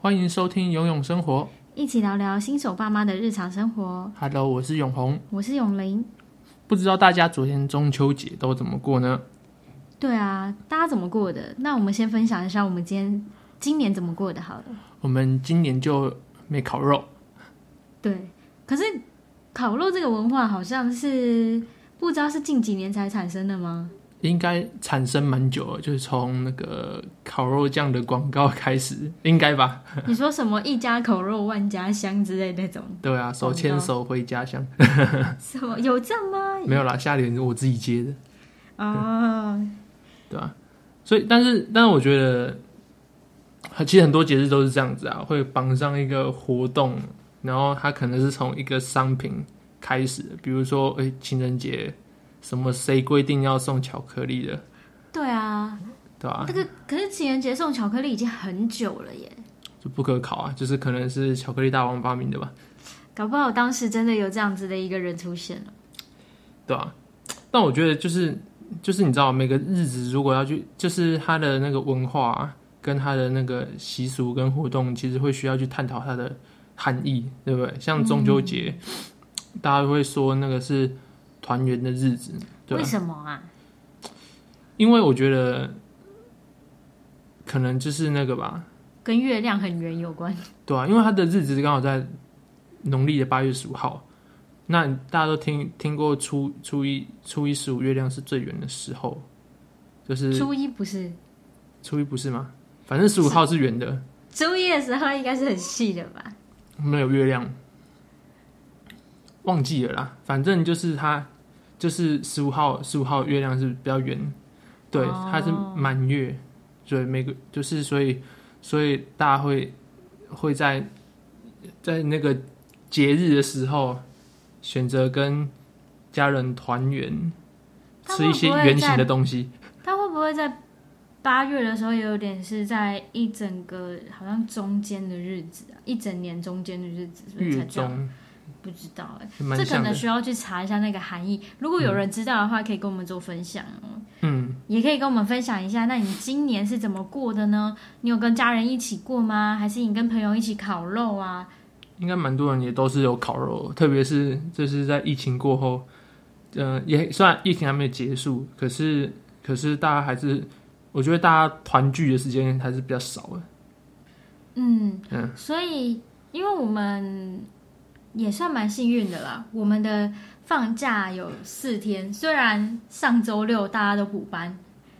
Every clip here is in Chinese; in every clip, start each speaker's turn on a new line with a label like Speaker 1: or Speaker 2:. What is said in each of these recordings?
Speaker 1: 欢迎收听《游泳生活
Speaker 2: 一起聊聊新手爸妈的日常生活。》。
Speaker 1: Hello，我是永红。
Speaker 2: 我是永玲。
Speaker 1: 不知道大家昨天中秋节都怎么过呢？
Speaker 2: 对啊，大家怎么过的？那我们先分享一下我们今天今年怎么过的好了。
Speaker 1: 我们今年就没烤肉，
Speaker 2: 对，可是烤肉这个文化好像是不知道是近几年才产生的吗？
Speaker 1: 应该产生蛮久了，就是从那个烤肉酱的广告开始，应该吧？
Speaker 2: 你说什么一家烤肉万家香之类那种，
Speaker 1: 对啊，手牵
Speaker 2: 广告
Speaker 1: 手回家乡，
Speaker 2: 什么有这样吗？
Speaker 1: 没有啦，下联是我自己接的。
Speaker 2: 啊，
Speaker 1: 对啊，所以，但是，但是，我觉得，其实很多节日都是这样子啊，会绑上一个活动，然后它可能是从一个商品开始的，比如说，哎、情人节什么谁规定要送巧克力的，
Speaker 2: 对啊，
Speaker 1: 对吧、
Speaker 2: 这个可是情人节送巧克力已经很久了耶，
Speaker 1: 就不可考啊，就是可能是巧克力大王发明的吧，
Speaker 2: 搞不好当时真的有这样子的一个人出现了。
Speaker 1: 对吧、但我觉得就是就是你知道，每个日子如果要去，就是它的那个文化、啊、跟它的那个习俗跟活动，其实会需要去探讨它的含义，对不对？像中秋节，大家会说那个是团圆的日子，对吧
Speaker 2: 为什么啊？
Speaker 1: 因为我觉得可能就是那个吧，
Speaker 2: 跟月亮很圆有关。
Speaker 1: 对啊，因为它的日子刚好在农历的八月十五号。那大家都听听过初初一初一十五月亮是最圆的时候，就是
Speaker 2: 初一不是，
Speaker 1: 初一不是吗？反正十五号是圆的，
Speaker 2: 初一的时候应该是很细的吧？
Speaker 1: 没有月亮，忘记了啦。反正就是它，就是十五号，十五号月亮是比较圆，对，
Speaker 2: 哦
Speaker 1: 它是满月，所以每个就是所以所以大家会会在在那个节日的时候选择跟家人团圆，
Speaker 2: 他
Speaker 1: 吃
Speaker 2: 会
Speaker 1: 一
Speaker 2: 不
Speaker 1: 些
Speaker 2: 会
Speaker 1: 圆形
Speaker 2: 在
Speaker 1: 的东西。
Speaker 2: 它会不会在八月的时候也有点是在一整个好像中间的日子啊，一整年中间的日子，所以
Speaker 1: 月
Speaker 2: 才这样？
Speaker 1: 中
Speaker 2: 不知道哎、
Speaker 1: 蛮
Speaker 2: 这可
Speaker 1: 像
Speaker 2: 能
Speaker 1: 的，
Speaker 2: 需要去查一下那个含义。如果有人知道的话，可以跟我们做分享哦，
Speaker 1: 嗯，
Speaker 2: 也可以跟我们分享一下。那你今年是怎么过的呢？你有跟家人一起过吗？还是你跟朋友一起烤肉啊？
Speaker 1: 应该蛮多人也都是有烤肉，特别是就是在疫情过后，呃，也虽然疫情还没有结束，可是可是大家还是，我觉得大家团聚的时间还是比较少的。
Speaker 2: 嗯，
Speaker 1: 嗯
Speaker 2: 所以因为我们也算蛮幸运的啦，我们的放假有四天，虽然上周六大家都补班，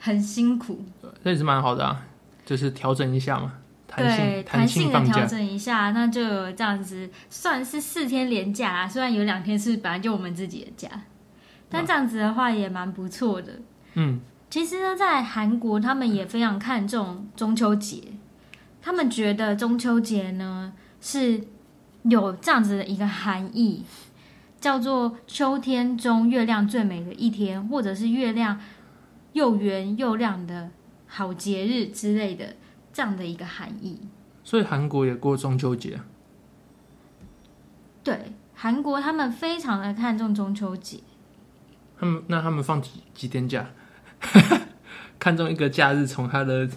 Speaker 2: 很辛苦，
Speaker 1: 那也是蛮好的啊，就是调整一下嘛，弹
Speaker 2: 对
Speaker 1: 性
Speaker 2: 弹
Speaker 1: 性
Speaker 2: 的
Speaker 1: 放
Speaker 2: 调
Speaker 1: 假，
Speaker 2: 整一下，那就有这样子算是四天连假啦，虽然有两天是本来就我们自己的假，但这样子的话也蛮不错的。
Speaker 1: 嗯，
Speaker 2: 其实呢，在韩国他们也非常看重中秋节，他们觉得中秋节呢是有这样子的一个含义，叫做秋天中月亮最美的一天，或者是月亮又圆又亮的好节日之类的这样的一个含义。
Speaker 1: 所以韩国也过中秋节啊，
Speaker 2: 对，韩国他们非常的看重中 秋节，
Speaker 1: 他们那他们放几几天假？看中一个假日，从他的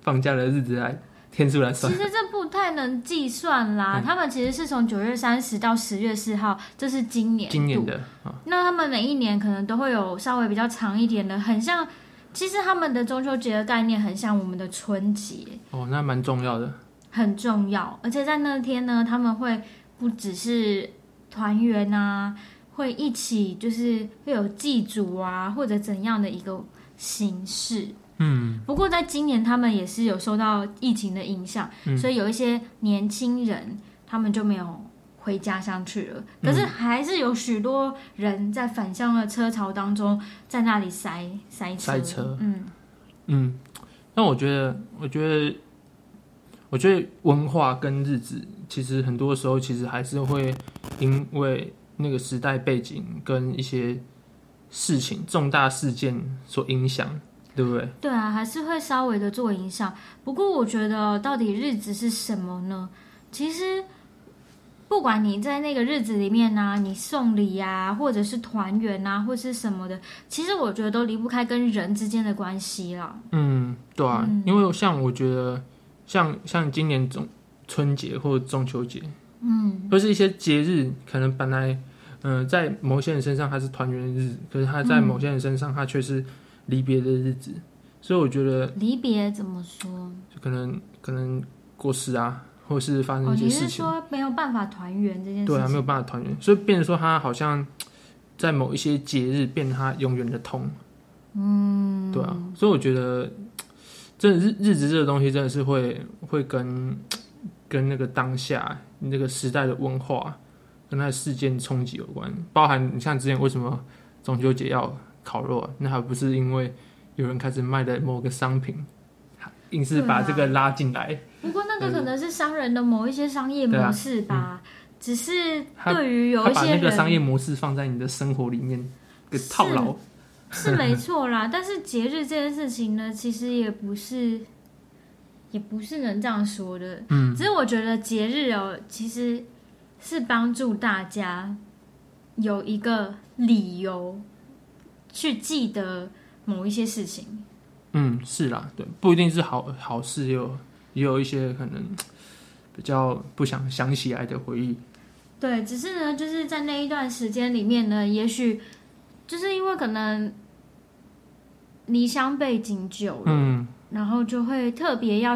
Speaker 1: 放假的日子来天数来
Speaker 2: 其
Speaker 1: 算，
Speaker 2: 实这不太能计算啦。
Speaker 1: 嗯
Speaker 2: 他们其实是从九月三十到十月四号，这是今年
Speaker 1: 今年
Speaker 2: 度
Speaker 1: 的啊，
Speaker 2: 那他们每一年可能都会有稍微比较长一点的，很像。其实他们的中秋节的概念很像我们的春节，
Speaker 1: 哦，那蛮重要的，
Speaker 2: 很重要。而且在那天呢，他们会不只是团圆啊，会一起就是会有祭祖啊，或者怎样的一个形式。
Speaker 1: 嗯。
Speaker 2: 不过在今年，他们也是有受到疫情的影响，
Speaker 1: 嗯
Speaker 2: 所以有一些年轻人他们就没有回家乡去了。
Speaker 1: 嗯
Speaker 2: 可是还是有许多人在返乡的车潮当中，在那里塞塞车。
Speaker 1: 塞车
Speaker 2: 嗯，
Speaker 1: 嗯，但我觉得，我觉得，我觉得文化跟日子，其实很多时候其实还是会因为那个时代背景跟一些事情、重大事件所影响，对不对？
Speaker 2: 对啊，还是会稍微的做影响。不过我觉得，到底日子是什么呢？其实，不管你在那个日子里面呢、你送礼呀、或者是团圆啊，或是什么的，其实我觉得都离不开跟人之间的关系啦。嗯
Speaker 1: 嗯，对啊，因为像我觉得，像像今年中春节或中秋节，嗯，或是一些节日，可能本来嗯、呃在某些人身上它是团圆的日子，可是它在某些人身上它却是离别的日子，所以我觉得
Speaker 2: 离别怎么说？
Speaker 1: 就可能可能过世啊，或是发生
Speaker 2: 哦，
Speaker 1: 一些
Speaker 2: 你
Speaker 1: 事
Speaker 2: 是
Speaker 1: 情，
Speaker 2: 说没有办法团圆这件
Speaker 1: 对
Speaker 2: 事
Speaker 1: 啊，没
Speaker 2: 情？
Speaker 1: 有办法团圆，所以变成说它好像在某一些节日变成它永远的痛，嗯，对啊，所以我觉得真的日日子这个东西真的是会会跟跟那个当下那个时代的文化跟它的事件冲击有关，包含你像之前为什么中秋节要烤肉啊，那还不是因为有人开始卖的某个商品，硬是把这个拉进来。
Speaker 2: 不过那个可能是商人的某一些商业模式吧，只是
Speaker 1: 啊嗯他
Speaker 2: 对于有
Speaker 1: 他
Speaker 2: 一
Speaker 1: 把
Speaker 2: 些
Speaker 1: 那个
Speaker 2: 人
Speaker 1: 商业模式放在你的生活里面，给
Speaker 2: 是
Speaker 1: 套牢。
Speaker 2: 是没错啦，但是节日这件事情呢，其实也不是，也不是能这样说的。嗯，只是我觉得节日哦，其实是帮助大家有一个理由去记得某一些事情。
Speaker 1: 嗯，是啦，对，不一定是好好事，也有也有一些可能比较不想想起来的回忆。
Speaker 2: 对，只是呢，就是在那一段时间里面呢，也许就是因为可能离乡背景久了，
Speaker 1: 嗯，
Speaker 2: 然后就会特别要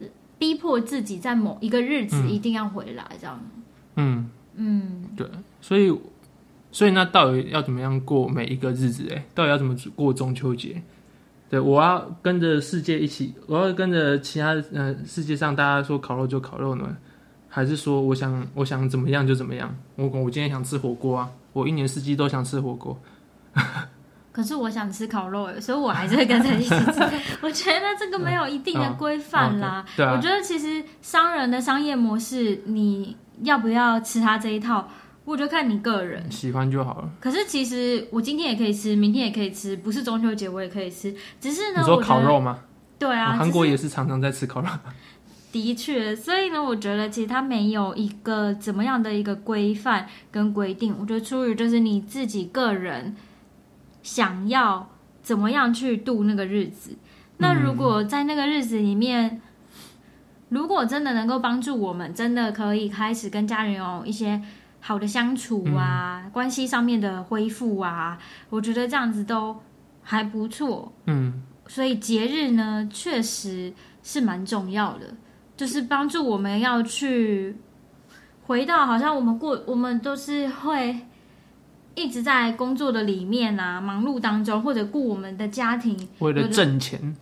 Speaker 2: 呃逼迫自己在某一个日子一定要回来，这样。
Speaker 1: 嗯，
Speaker 2: 嗯，
Speaker 1: 所以所以那到底要怎么样过每一个日子？哎，到底要怎么过中秋节？对，我要跟着世界一起，我要跟着其他呃世界上大家说烤肉就烤肉呢，还是说我想我想怎么样就怎么样？我我今天想吃火锅啊，我一年四季都想吃火锅。
Speaker 2: 可是我想吃烤肉耶，所以我还是会跟着一起吃。 我觉得这个没有一定的规范
Speaker 1: 嗯
Speaker 2: 啦。
Speaker 1: 哦对啊
Speaker 2: 我，觉得其实商人的商业模式，你要不要吃他这一套，我就看你个人。
Speaker 1: 喜欢就好了。
Speaker 2: 可是其实我今天也可以吃，明天也可以吃，不是中秋节我也可以吃。只是呢，
Speaker 1: 你说
Speaker 2: 我觉
Speaker 1: 烤
Speaker 2: 得
Speaker 1: 肉吗？
Speaker 2: 对啊，
Speaker 1: 嗯韩国也是常常在吃烤肉。
Speaker 2: 的确，所以呢，我觉得其实它没有一个怎么样的一个规范跟规定，我觉得出于就是你自己个人想要怎么样去度那个日子。那如果在那个日子里面，如果真的能够帮助我们，真的可以开始跟家人有一些好的相处啊，关系上面的恢复啊，我觉得这样子都还不错。
Speaker 1: 嗯，
Speaker 2: 所以节日呢，确实是蛮重要的，就是帮助我们要去回到好像我们过，我们都是会一直在工作的里面啊，忙碌当中，或者顾我们的家庭，
Speaker 1: 为了挣钱，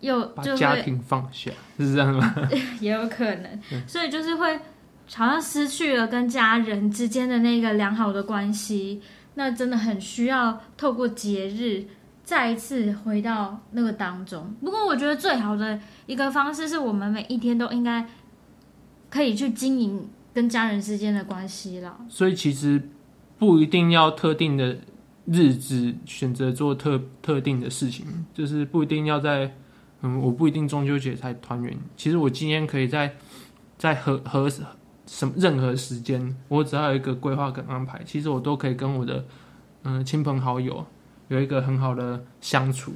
Speaker 2: 又
Speaker 1: 把
Speaker 2: 就
Speaker 1: 家
Speaker 2: 会
Speaker 1: 庭放下，是这样吗？
Speaker 2: 也有可能，所以就是会好像失去了跟家人之间的那个良好的关系，那真的很需要透过节日再一次回到那个当中。不过我觉得最好的一个方式是我们每一天都应该可以去经营跟家人之间的关系啦。
Speaker 1: 所以其实不一定要特定的日子选择做特特定的事情，就是不一定要在嗯，我不一定中秋节才团圆。其实我今天可以在在和和什么任何时间，我只要有一个规划跟安排，其实我都可以跟我的嗯亲朋好友有一个很好的相处，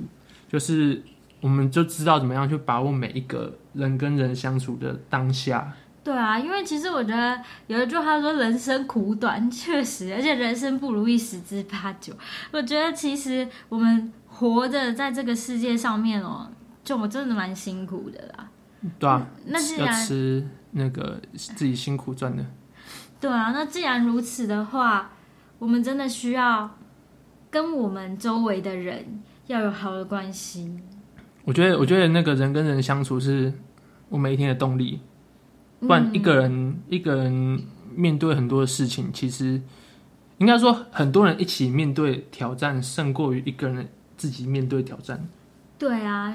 Speaker 1: 就是我们就知道怎么样去把握每一个人跟人相处的当下。
Speaker 2: 对啊，因为其实我觉得有一句话说“人生苦短”，确实，而且人生不如意十之八九。我觉得其实我们活着在这个世界上面哦，就我真的蛮辛苦的啦。
Speaker 1: 对啊，
Speaker 2: 那既
Speaker 1: 要
Speaker 2: 然
Speaker 1: 吃那个自己辛苦赚的。
Speaker 2: 对啊，那既然如此的话，我们真的需要跟我们周围的人要有好的关系。
Speaker 1: 我觉得，我觉得那个人跟人相处是我每一天的动力，不然一个人、一个人面对很多的事情，其实应该说很多人一起面对挑战，胜过于一个人自己面对挑战。
Speaker 2: 对啊，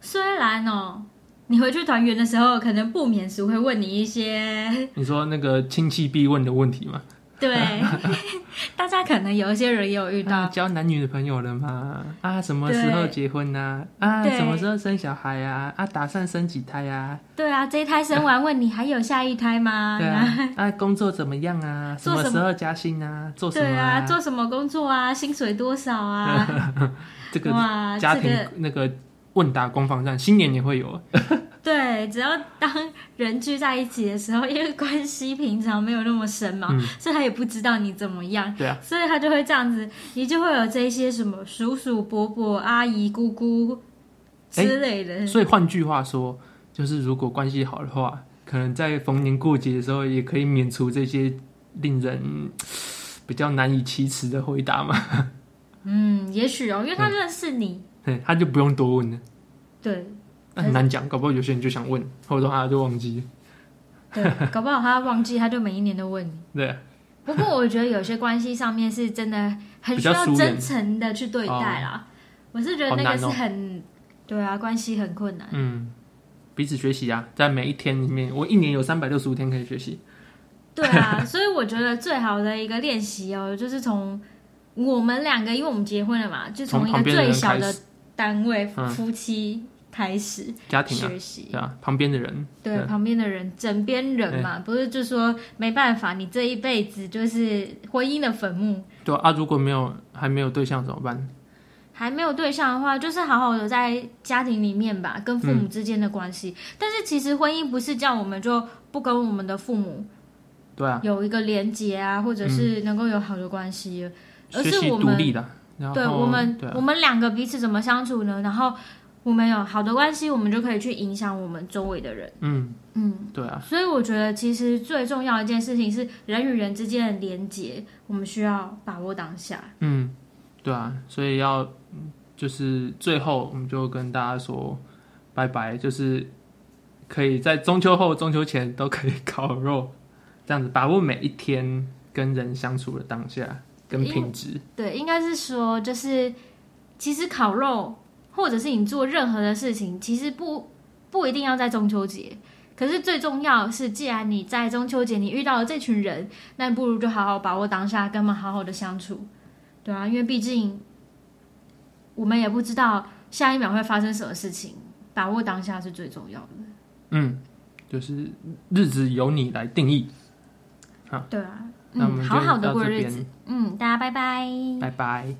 Speaker 2: 虽然哦，你回去团圆的时候，可能不免俗会问你一些
Speaker 1: 你说那个亲戚必问的问题嘛？
Speaker 2: 对， 大家可能有一些人也有遇
Speaker 1: 啊，
Speaker 2: 到，
Speaker 1: 交男女的朋友了吗？啊，什么时候
Speaker 2: 对
Speaker 1: 结婚呐、啊？
Speaker 2: 对
Speaker 1: 什么时候生小孩啊？啊，打算生几胎呀、
Speaker 2: 对啊，这一胎生完问你还有下一胎吗？
Speaker 1: 对啊，啊，工作怎么样啊？什
Speaker 2: 哎做
Speaker 1: 么
Speaker 2: 什
Speaker 1: 时
Speaker 2: 么
Speaker 1: 候加薪啊？做什
Speaker 2: 对
Speaker 1: 么
Speaker 2: 啊，做什么工作啊？薪水多少啊？
Speaker 1: 这个
Speaker 2: 哇，
Speaker 1: 家
Speaker 2: 这
Speaker 1: 庭
Speaker 2: 个
Speaker 1: 那个问答攻防战，新年也会有。啊
Speaker 2: 对，只要当人聚在一起的时候，因为关系平常没有那么深嘛，所以他也不知道你怎么样，
Speaker 1: 嗯对啊，
Speaker 2: 所以他就会这样子，你就会有这些什么叔叔、伯伯、阿姨、姑姑之类的。
Speaker 1: 所以换句话说，就是如果关系好的话，可能在逢年过节的时候，也可以免除这些令人嗯比较难以启齿的回答嘛。
Speaker 2: 嗯，也许哦，因为他认识你，
Speaker 1: 嘿他就不用多问了，
Speaker 2: 对
Speaker 1: 但很难讲，搞不好有些人就想问，或者说啊就忘记了。
Speaker 2: 对， 搞不好他忘记，他就每一年都问你。
Speaker 1: 对啊，
Speaker 2: 不过我觉得有些关系上面是真的
Speaker 1: 比
Speaker 2: 很需
Speaker 1: 较
Speaker 2: 要
Speaker 1: 疏
Speaker 2: 真
Speaker 1: 远哦
Speaker 2: 诚的去对待啦。我是觉得
Speaker 1: 好
Speaker 2: 那个
Speaker 1: 难
Speaker 2: 是
Speaker 1: 哦
Speaker 2: 很、对啊，关系很困 难。
Speaker 1: 嗯，彼此学习啊，在每一天里面，我一年有三百六十五天可以学习。
Speaker 2: 对啊，所以我觉得最好的一个练习哦，就是从我们两个，因为我们结婚了嘛，就
Speaker 1: 从
Speaker 2: 一个
Speaker 1: 旁边的
Speaker 2: 最
Speaker 1: 人
Speaker 2: 小
Speaker 1: 开
Speaker 2: 的
Speaker 1: 始，
Speaker 2: 单位
Speaker 1: 嗯
Speaker 2: 夫妻开始
Speaker 1: 家庭啊，
Speaker 2: 学习。
Speaker 1: 对啊，旁边的人，
Speaker 2: 对，
Speaker 1: 嗯
Speaker 2: 旁边的人，枕边人嘛，不是就说没办法，你这一辈子就是婚姻的坟墓，
Speaker 1: 对啊啊，如果没有还没有对象怎么办？
Speaker 2: 还没有对象的话，就是好好的在家庭里面吧，跟父母之间的关系。但是其实婚姻不是叫我们就不跟我们的父母
Speaker 1: 对啊，嗯
Speaker 2: 有一个连结啊，或者是能够有好的关系，而
Speaker 1: 学
Speaker 2: 是
Speaker 1: 习
Speaker 2: 我
Speaker 1: 独
Speaker 2: 们
Speaker 1: 立的，然后
Speaker 2: 对我们
Speaker 1: 对啊
Speaker 2: 我们两个彼此怎么相处呢？然后我们有好的关系，我们就可以去影响我们周围的人。
Speaker 1: 嗯，
Speaker 2: 嗯，
Speaker 1: 对啊，
Speaker 2: 所以我觉得其实最重要的一件事情是人与人之间的连结，我们需要把握当下。
Speaker 1: 嗯，对啊，所以要嗯就是最后我们就跟大家说拜拜，就是可以在中秋后、中秋前都可以烤肉，这样子把握每一天跟人相处的当下跟品质。
Speaker 2: 对，应该是说，就是其实烤肉，或者是你做任何的事情，其实不不一定要在中秋节。可是最重要的是，既然你在中秋节你遇到了这群人，那不如就好好把握当下，跟他们好好的相处，对啊，因为毕竟我们也不知道下一秒会发生什么事情，把握当下是最重要的。
Speaker 1: 嗯，就是日子由你来定义。
Speaker 2: 对啊，
Speaker 1: 那我们
Speaker 2: 嗯，
Speaker 1: 就
Speaker 2: 好好的
Speaker 1: 到
Speaker 2: 过
Speaker 1: 这
Speaker 2: 日
Speaker 1: 边，
Speaker 2: 子，嗯，大家拜拜。
Speaker 1: 拜拜。